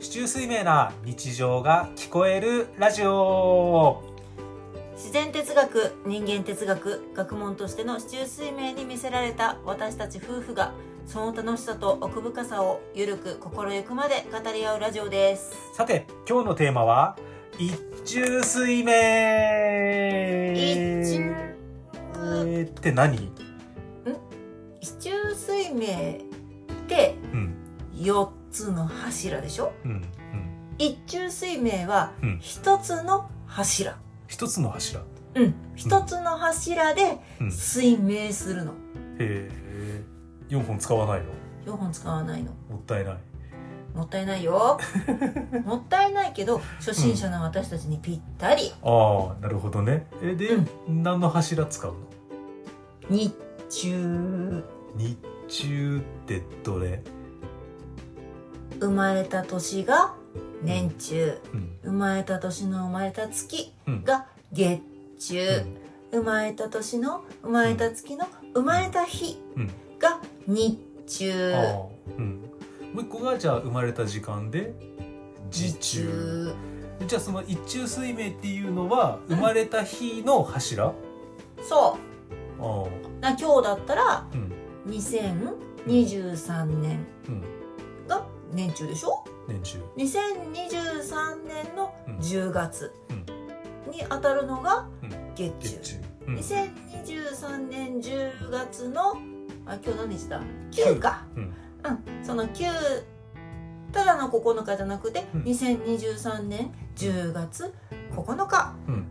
市中水明な日常が聞こえるラジオ自然哲学人間哲学学問としての市中水明に見せられた私たち夫婦がその楽しさと奥深さをゆるく心ゆくまで語り合うラジオですさて今日のテーマは一中水明一中えーって何市中水明ってうん4つの柱でしょうんうん一中水明はうん一つの柱一つの柱うん一つの柱でうんへ水明するのえ4本使わないの4本使わないのもったいないもったいな いよもったいないけど初心者の私たちにぴったりああなるほどねえで、何の柱使うの日中日中ってどれ生まれた年が年中うん生まれた年の生まれた月うんが月う中ん生まれた年の生まれた月の生まれた日うんが日あ中あうんもう一個がじゃあ生まれた時間で時中じゃあその一中水明っていうのはうん生まれた日の柱、あそあうな今日だったらうん2023年うんが年中でしょ年中2023年のうん10月うんに当たるのがうん月月中中、うん、 2023年10月のあ今日何日だ9かうんうんその9ただの9日じゃなくて、うん2023年10月9日うん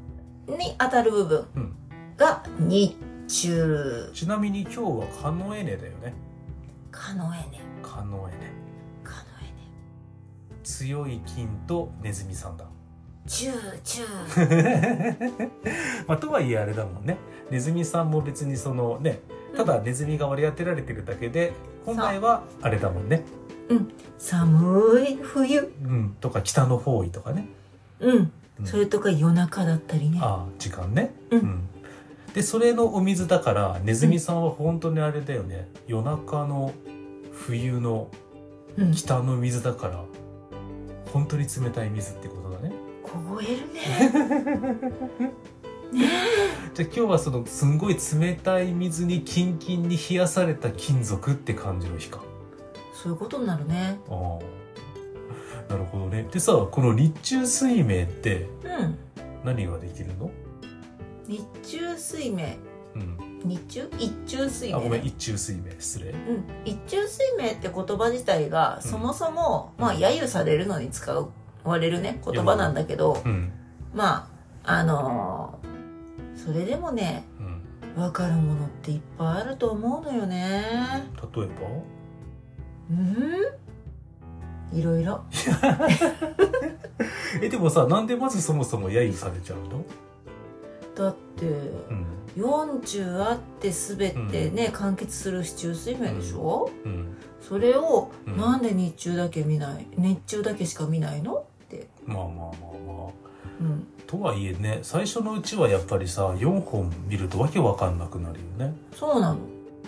に当たる部分うんが日中ちなみに今日はカノエネだよねカノエネカノエネカノエネ強い金とネズミさんだ チューチューまあとはいえあれだもんねネズミさんも別にそのねただネズミが割り当てられてるだけで本来はあれだもんね寒い冬うんとか北の方位とかね、うん、うんそれとか夜中だったりねああ時間ねうんでそれのお水だからネズミさんは本当にあれだよね、夜中の冬のうん北の水だから本当に冷たい水ってことだね凍えるねねじゃあ今日はそのすんごい冷たい水にキンキンに冷やされた金属って感じの日かえそういうことになるねああなるほどねでさこの日中水明ってうん何ができるの、日中水明うん、日中一中水あ明ごめん一中水明失礼うん、一中水明って言葉自体がそもそも、まあ揶揄されるのに使われるね言葉なんだけどうんまああのーそれでもねうん分かるものっていっぱいあると思うのよね例えばうんいろいろえでもさなんでまずそもそも揶揄されちゃうの、だってうん40あって全てね、完結する市中水明でしょ、うん、それを、うんなんで日中だけ見ない日中だけしか見ないの、まあまあまあまあうん、とはいえね最初のうちはやっぱりさ4本見るとわけわかんなくなるよねそうなの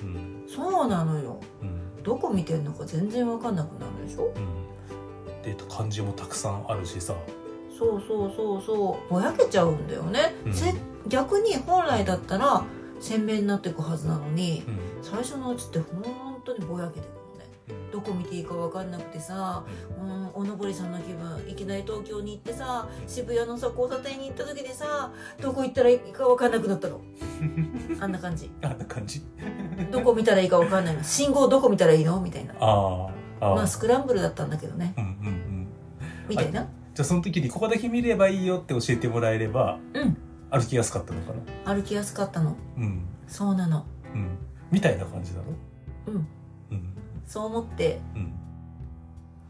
うんそうなのようんどこ見てんのか全然分かんなくなるでしょうんで漢字もたくさんあるしさそうそうそうそうぼやけちゃうんだよね、うんせ逆に本来だったら鮮明になっていくはずなのにうん最初のうちって本当にぼやけてくのねうんどこ見ていいか分かんなくてさうん、おのぼりさんの気分いきなり東京に行ってさ渋谷のさ交差点に行った時でさどこ行ったらいいか分かんなくなっ たのあんな感じあんな感じどこ見たらいいか分かんないの信号どこ見たらいいのみたいなあーあーまあスクランブルだったんだけどねうんうんうんみたいなじゃあその時にここだけ見ればいいよって教えてもらえればうん歩きやすかったのかな歩きやすかったのうんそうなのうんみたいな感じだろうんうんそう思ってうん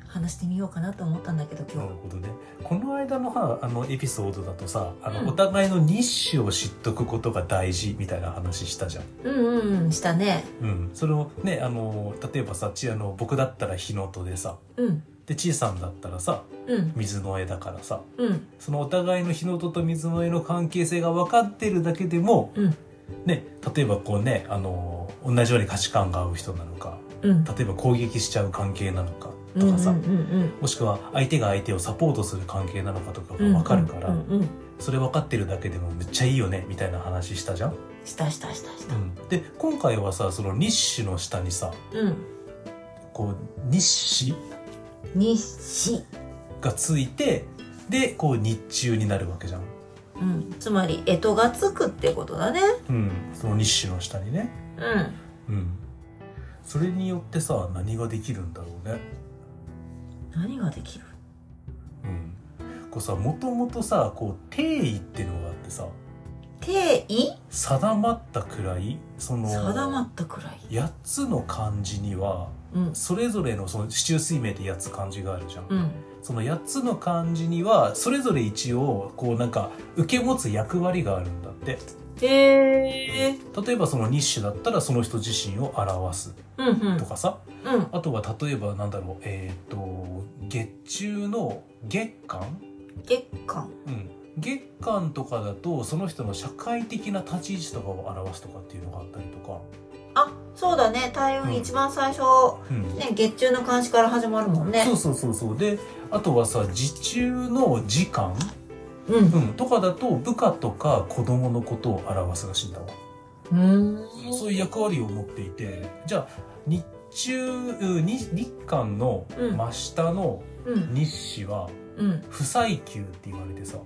話してみようかなと思ったんだけど今な日るほどね。この間のはあのエピソードだとさ、あの、うんお互いの日誌を知っとくことが大事みたいな話したじゃん。うんうんうんしたねうん。それをね、あの例えばさ、ちあの僕だったら日の音でさ、うんでちいさんだったらさ、うん水の絵だからさ、うんそのお互いの日の音と水の絵の関係性が分かってるだけでも、うんね、例えばこうね、あの同じように価値観が合う人なのか、うん例えば攻撃しちゃう関係なのかっとかさ、うんうんうんもしくは相手が相手をサポートする関係なのかとかうん、が分かるから、うんうんうんそれ分かってるだけでもめっちゃいいよねみたいな話したじゃん、したしたしたした、で今回はさその日誌の下にさうん、こう日誌日誌、がついてでこう日中になるわけじゃん、うん、つまり干支がつくってことだねうん、その日誌の下にね、うんうん、それによってさ何ができるんだろうね、何ができるうん、こうさもともとさこう定位ってのがあってさ定位定まったくらいその定まったくらい8つの漢字にはうんそれぞれのその四柱推命って8つ漢字があるじゃん、うんその8つの漢字にはそれぞれ一応こうなんか受け持つ役割があるんだってへえ例えばその日誌だったらその人自身を表すうんうんとかさ、うんあとは例えばなんだろうえっ、と月中の月間、月間うん、月間とかだとその人の社会的な立ち位置とかを表すとかっていうのがあったりとか、あそうだね台うん運一番最初、うんね月中の監視から始まるもんねそうそうそうそうであとはさ時中の時間、うんううん、とかだと部下とか子供のことを表すらしいんだわ。ーんそういう役割を持っていてじゃあ日中う日日韓のうん真下のうん日誌はうん不採休って言われてさ、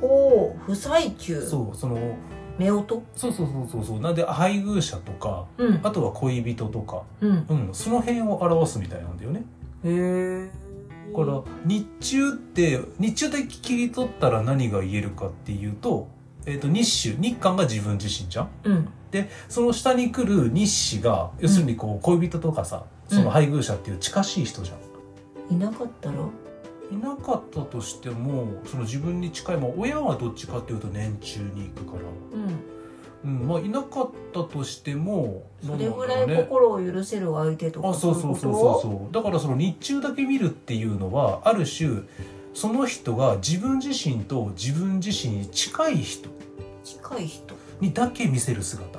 ほう不採休そうその夫婦そうそうそうそうそうなんで配偶者とかうんあとは恋人とか、うんうん、その辺を表すみたいなんだよね。へえだから日中って日中で切り取ったら何が言えるかっていうと,、えー、と日誌日韓が自分自身じゃん。うんでその下に来る日誌が要するにこう恋人とかさ、うんその配偶者っていう近しい人じゃん。いなかったろいなかったとしてもその自分に近い、まあ、親はどっちかっていうと年中に行くから、うんうんまあ、いなかったとしてもそれぐらなんだろういね心を許せる相手とかあそうそうそうそううそうだからその日中だけ見るっていうのはある種その人が自分自身と自分自身に近い人いうこと近い人にだけ見せる姿、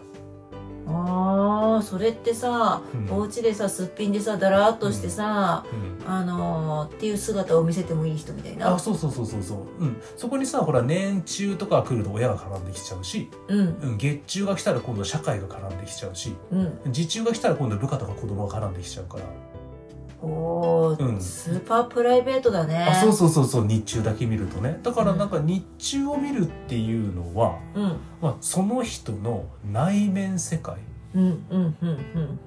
あーそれってさ、うんお家でさすっぴんでさだらーっとしてさ、うんあのー、っていう姿を見せてもいい人みたいなあそうそうそうそうそう、うん、そこにさほら年中とか来ると親が絡んできちゃうし、うんうん、月中が来たら今度社会が絡んできちゃうしうん時中が来たら今度部下とか子供が絡んできちゃうから、おー、うんスーパープライベートだねあそうそうそうそう日中だけ見るとねだからなんか日中を見るっていうのは、うんうんまあ、その人の内面世界っうんうんうん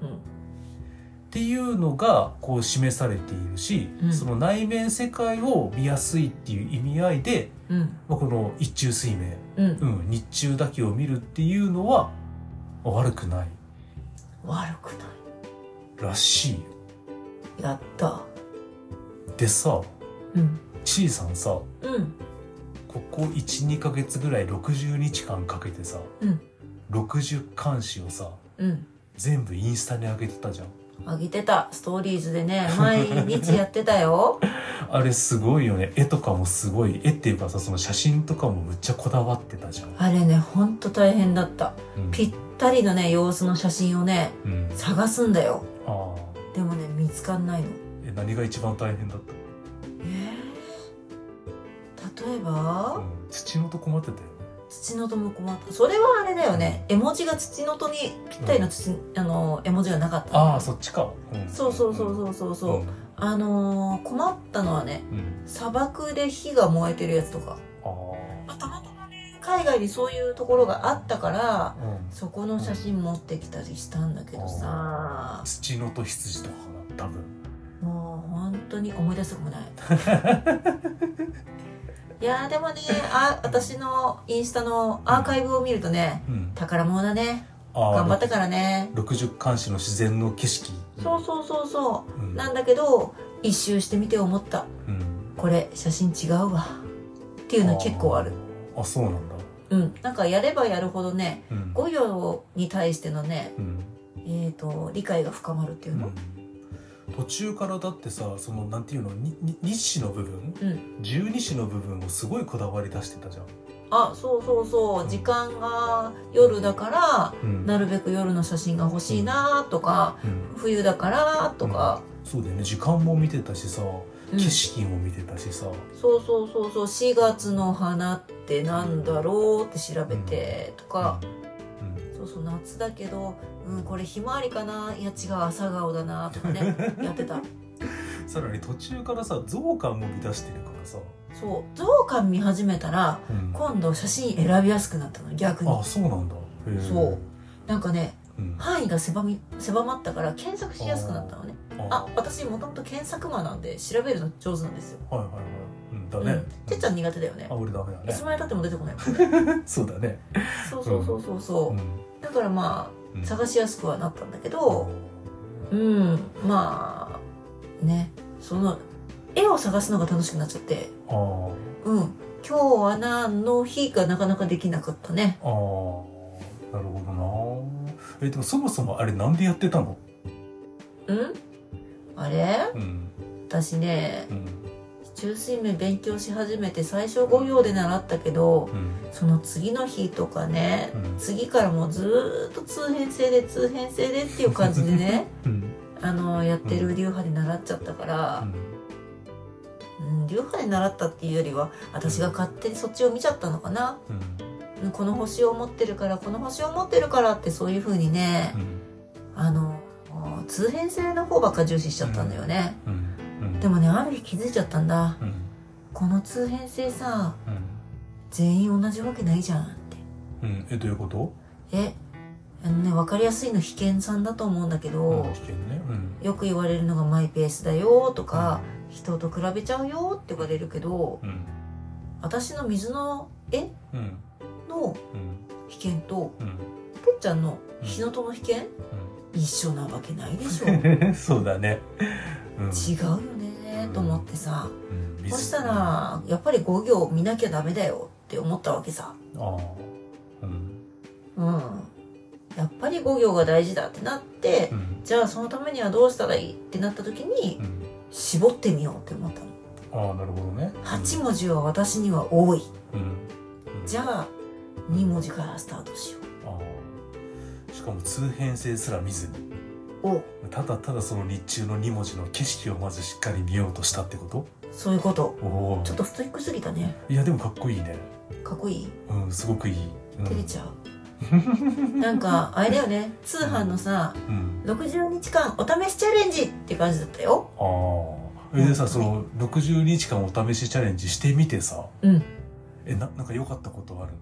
ていうのがこう示されているし、うんその内面世界を見やすいっていう意味合いで、うんうんまあ、この一中水明、うんうん、日中だけを見るっていうのはまあ悪くない悪くならしいよいやったでさうんちいさんさうんここ12ヶ月ぐらい60日間かけてさ、うん60監視をさうん全部インスタに上げてたじゃんあげてたストーリーズでね毎日やって たよあれすごいよね絵とかもすごい絵っていうかさその写真とかもむっちゃこだわってたじゃん、あれねほんと大変だったうんぴったりのね様子の写真をねうん探すんだよああでもね見つかんないのえ何が一番大変だっ例えた、うばん、土のと困ってたよね土のとも困ったそれはあれだよね絵文字が土のとにぴったりの土、あの絵文字がなかったああそっちか、うんそうそうそうそうそうそう、あのー困ったのはねうん、うん砂漠で火が燃えてるやつとか、あまあ、たまたまね海外にそういうところがあったからあ、うん、そこの写真持ってきたりしたんだけどさ土のと羊とかかな多分もう本当に思い出したくも ないいやーでもねあ私のインスタのアーカイブを見るとねうん宝物だねああ頑張ったからね60監視の自然の景色そうそうそうそううんなんだけど一周してみて思ったうんこれ写真違うわっていうの結構あるあーあそうなんだうんなんかやればやるほどねうん語彙に対してのねうんえー、と理解が深まるっていううの、ん途中からだってさそのなんていうのにに日誌の部分うん、十二支の部分をすごいこだわり出してたじゃん。あそうそうそう時間が夜だからうんなるべく夜の写真が欲しいなとかうん冬だからとか、そうだよね時間も見てたしさうん景色も見てたしさ、そうそうそうそう4月の花ってなんだろうって調べてとか、うんそうそう夏だけど、うん、これひまわりかないや違う朝顔だなと かねやってたさらに途中からさ象感も見出してるからさ、そう象官見始めたらうん今度写真選びやすくなったの逆にあそうなんだへーそう、なんかねうん、範囲が狭み狭まったから検索しやすくなったのねあ私もともと検索魔なんで調べるの上手なんですよ、はいはいはい、うん、だうねん、てっちゃん苦手だよねあ俺ダメだいつねまでたっても出て こないもんそうだね、そうそうそうそうそううんだからまうんあ探しやすくはなったんだけそどうんまあねその絵を探すのが楽しくなっちゃってうあーうん今日は何の日かなかなかできなかったねあーなるほどなえでもそもそもあれなんでやってたのうんあれうん私ねうん中水面勉強し始めて最初5秒で習ったけどうんその次の日とかねうん次からもうずーっと通編成で通編成でっていう感じでねうんあのやってる流派で習っちゃったから、うん、流派で習ったっていうよりは私が勝手にそっちを見ちゃったのかな、うんうんこの星を持ってるからこの星を持ってるからってそういう風にねう、んあの通編性の方ばっか重視しちゃったんだよね、うんうんでもねある日気づいちゃったんだうんこの通編性さうん全員同じわけないじゃんってうんえどういうことえあのね分かりやすいの被験さんだと思うんだけどうん、危険ねうんよく言われるのがマイペースだよとか人と比べちゃうよって言われるけどうん私の水の絵うんのうん被験とうんてっちゃんの日のとの被験一緒なわけないでしょうん そうだねうん違うよねと思ってさ、うんそしたらやっぱり5行見なきゃダメだよって思ったわけさああうんうんやっぱり5行が大事だってなって、うんじゃあそのためにはどうしたらいいってなった時にうん絞ってみようって思ったのああなるほどね8文字は私には多いうん、じゃゃあ2文字からスタートしよあーしかも通編成すら見ずにうおただただその日中の2文字の景色をまずしっかり見ようとしたってことそういうことおおちょっとストイックすぎたねいやでもかっこいいねかっこいいうんすごくいい、うん、照れちゃうなんかあれだよね通販のさうん60日間お試しチャレンジって感じだったよああえでさその60日間お試しチャレンジしてみてさうんよえななんか良かったことある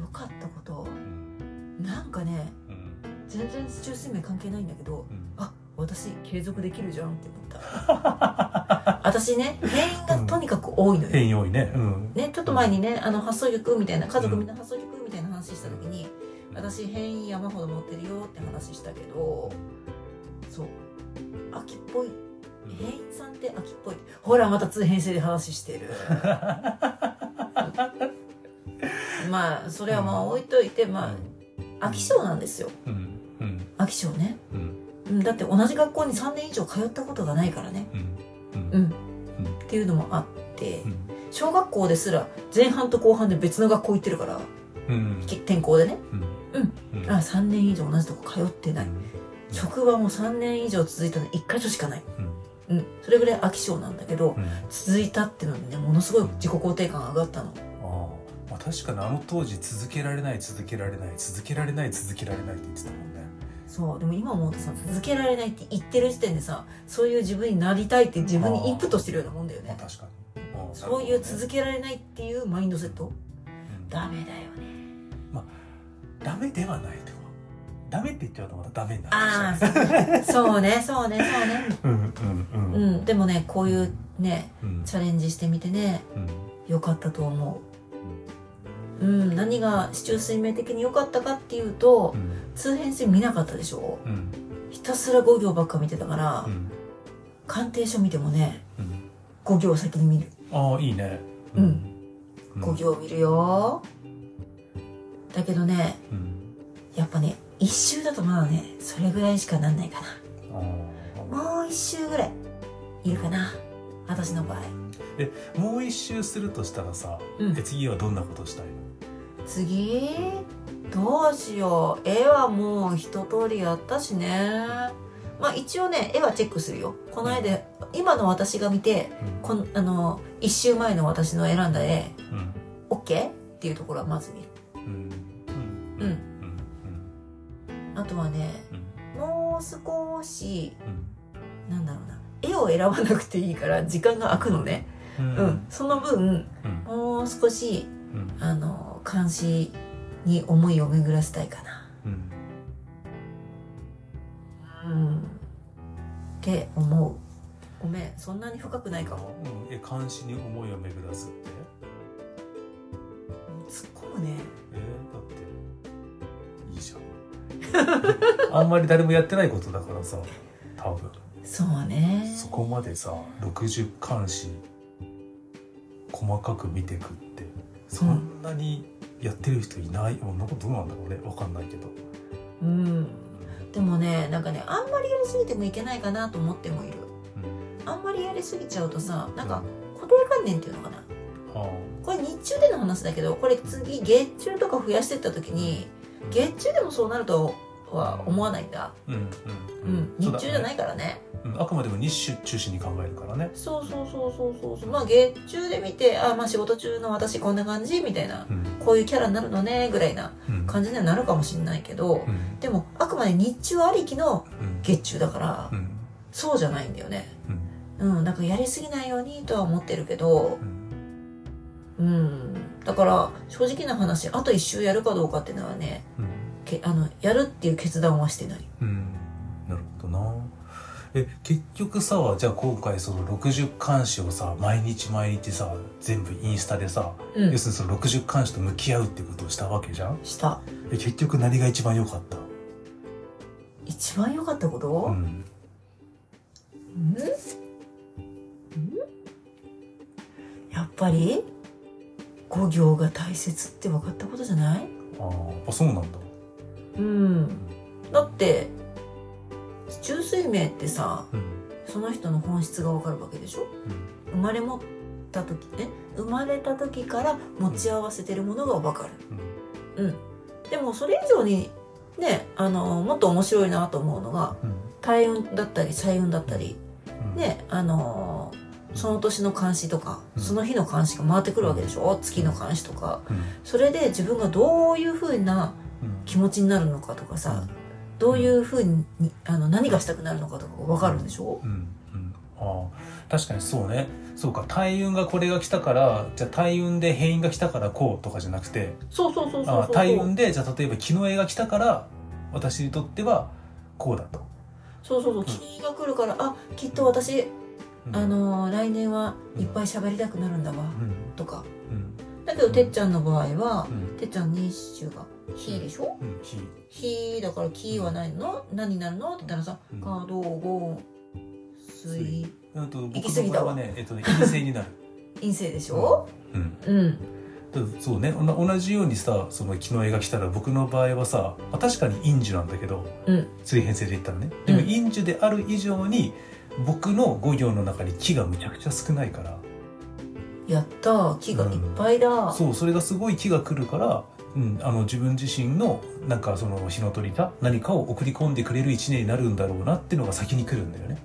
のかったことうんなんかねうん全然中水面関係ないんだけどうんあ私継続できるじゃんって思った 私ね変因がとにかく多いのよ、変容いねうんね、ちょっと前にねあの発想力みたいな家族みんな発想力みたいな話した時に私変因山ほど持ってるよって話したけどそう秋っぽい変因さんって秋っぽいほらまた通編成で話し てるまあそれはまあ置いといてまあ飽き性なんですようんうん飽き性ねうんうんだって同じ学校に3年以上通ったことがないからねうんうんうんっていうのもあってうん小学校ですら前半と後半で別の学校行ってるからうんき転校でねうんうんあ3年以上同じとこ通ってない職場も3年以上続いたの1箇所しかないうんそれぐらい飽き性なんだけどうんうん続いたってのでねものすごい自己肯定感が上がったのああまあ確かにあの当時続けられない続けられない続けられない続けられないって言ってたもんねそうでも今思うとさ続けられないって言ってる時点でさそういう自分になりたいって自分にインプットしてるようなもんだよまあね確かにああそうなるいうほどね続けられないっていうマインドセットうんダメだよねダメではないとかダメって言っちゃうとまたダメになっあちゃあそうねそうねそうねううんうんううんんでもねこういうねうんチャレンジしてみてねうん良かったと思う。うん、何が市中水明的に良かったかっていうとう、ん通編成見なかったでしょうんひたすら5行ばっか見てたから、うん鑑定書見てもね、うん5行先に見る。ああいいねうんうん5行見るよ。だけどね、うんやっぱね、一周だとまだね、それぐらいしかなんないかな。ああまあもう一周ぐらいいるかな私の場合えもう一周するとしたらさ、うんで次はどんなことしたいの次どうしよう絵はもう一通りやったしねまあ一応ね絵はチェックするよこの絵で今の私が見てうんこんあの一周前の私の選んだ絵うん、 OK? っていうところはまず見るうんうんあとはねもう少しなんだろうな絵を選ばなくていいから時間が空くのねうんうんうんうんうんうんうん、その分もう少しあの監視に思いを巡らせたいかうんなうんって思うごめんそんなに深くないかもうんえ監視に思いを巡らすって突っ込むねえー、だっていいじ ゃんあんまり誰もやってないことだからさ多分そうねそこまでさ60監視細かく見てくってそんなにやってる人いないもうなんかどうなんだろうねわかんないけどうんでもねなんかねあんまりやりすぎてもいけないかなと思ってもいるうんあんまりやりすぎちゃうとさなんか固定観念っていうのかなああこれ日中での話だけどこれ次月中とか増やしてった時に月中でもそうなるとは思わないんだ、うんうんうそん、日うだ中じゃないからねうんあくまでも日中中心に考えるからねそうそうそうそうそうそうまあ月中で見てあまあ仕事中の私こんな感じみたいなうんこういうキャラになるのねぐらいなうん感じにはなるかもしれないけどうんでもあくまで日中ありきのうん月中だからうんそうじゃないんだよねうんうんなんかやりすぎないようにとは思ってるけどうんうんだから正直な話あと1周やるかどうかっていうのはねうんけあのやるっていう決断はしてないうんなるほどなえ結局さじゃあ今回その60監視をさ毎日毎日さ全部インスタでさ、う要んするにその60監視と向き合うってことをしたわけじゃんしたえ結局何が一番良かった一番良かったこうと、んうん、んやっぱり五行が大切って分かったことじゃないあーあそうなんだうんだって中水明ってさうんその人の本質が分かるわけでしょうん生まれ持った時ね生まれた時から持ち合わせてるものが分かるでもそれ以上にねあのもっと面白いなと思うのがうん大運だったり彩運だったりうんねあのーその年の監視とか、うんその日の監視が回ってくるわけでしょ月の監視とかうんそれで自分がどういうふうなうん気持ちになるのかとかさどういうふうにあの何がしたくなるのかとか分かるんでしょうんうんああ確かにそうねそうか大運がこれが来たからじゃあ大運で変異が来たからこうとかじゃなくてそうそうそうそうあそう大運でじゃあ例えば木の絵が来たから私にとってはこうだと。そうそうそう気が来るからあきっと私、うんあのー来年はいっぱい喋りたくなるんだわ、うんとかうんだけどてっちゃんの場合はう、んてっちゃん日中が「日」でしょうん火「日」だから「キーはないの何になるのって言ったらさうんかどご水あと僕行き過ぎの場た合わはねえっとね陰性になる。陰 性でしょうんうんだからそうねおな同じようにさその木の絵が来たら僕の場合はさあ確かに陰樹なんだけど、うん水平性で言ったらねでもうん陰樹である以上に僕の五行の中に木がむちゃくちゃ少ないから、やったー木がいっぱいだ、そうそれがすごい木が来るから、うん、あの自分自身のなんかその日の鳥だ何かを送り込んでくれる一年になるんだろうなっていうのが先に来るんだよね。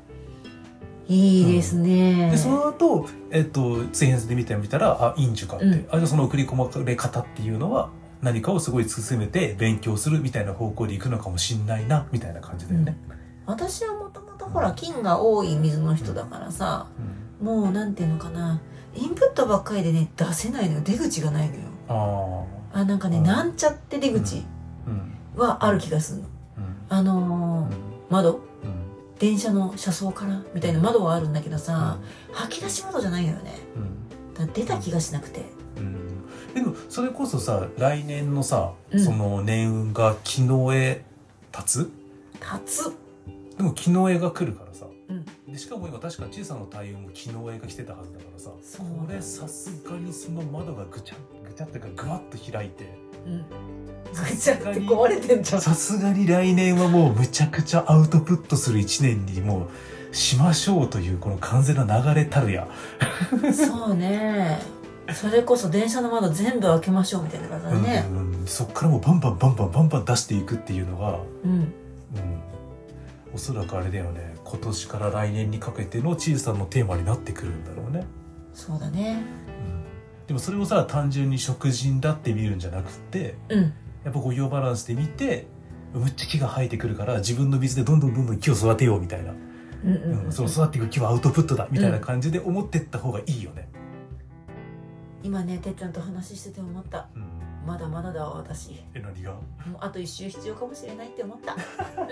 いいですね、でその後、えっと、水平線で見てみたらあインジュかって、うんあじゃあその送り込まれ方っていうのは何かをすごい進めて勉強するみたいな方向で行くのかもしんないなみたいな感じだよね。私はもともとほら金が多い水の人だからさうんもうなんていうのかなインプットばっかりでね出せないのよ出口がないのよああなんかね、うんなんちゃって出口ーうんはある気がするのうんあのー窓うん電車の車窓からみたいな窓はあるんだけどさ、う吐き出し窓じゃないのよねんうんだから出た気がしなくてうんでもそれこそさ来年のさ、うんその年運が木の絵立立つつでも木の絵が来るからさ、うんでしかも今確か小さな太陽も木の絵が来てたはずだからさそうなんだこれさすがにその窓がぐちゃぐちゃっていうかぐわっと開いてうんぐちゃって壊れてんじゃんさすがに来年はもうむちゃくちゃアウトプットする1年にもうしましょうというこの完全な流れたるや、そうねそれこそ電車の窓全部開けましょうみたいな感じだねうんうんそっからもうバンバンバンバンバンバン出していくっていうのが、うんうん、おそらくあれだよね今年から来年にかけてのチーズさんのテーマになってくるんだろうね、そうだねうん、でもそれをさ単純に食人だって見るんじゃなくってうんやっぱこう栄養バランスで見てむっちゃ木が生えてくるから自分の水でどんどんどんどん木を育てようみたいな、うんううんんうんその育っていく木はアウトプットだみたいな感じで思ってった方がいいよね、今ねてっちゃんと話してて思ったうんまだまだだわ私え何が もうあと一周必要かもしれないって思った まあ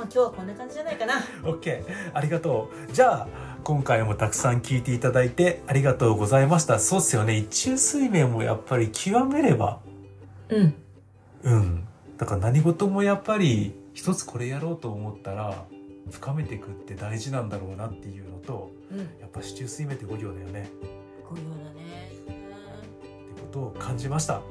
今日はこんな感じじゃないかな OK ありがとうじゃあ今回もたくさん聞いていただいてありがとうございましたそうっすよね一中水面もやっぱり極めればうんうんだから何事もやっぱり一つこれやろうと思ったら深めていくって大事なんだろうなっていうのとうんやっぱ市中水面って5行だよねっこういうようなねてことを感じました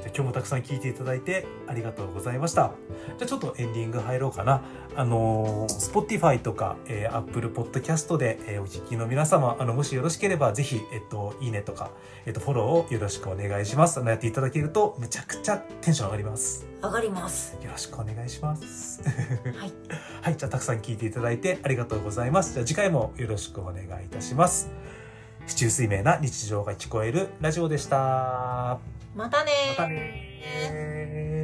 じゃあ今日もたくさん聞いていただいてありがとうございましたじゃあちょっとエンディング入ろうかなあのー Spotify とか、えー Apple Podcast で、えーお聞きの皆様あのもしよろしければぜひ、えっと、いいねとか、えっと、フォローをよろしくお願いしますあのやっていただけるとむちゃくちゃテンション上がります上がりますよろしくお願いしますはいはいじゃあたくさん聞いていただいてありがとうございますじゃあ次回もよろしくお願いいたします市中水明な日常が聞こえるラジオでしたまたねまたねー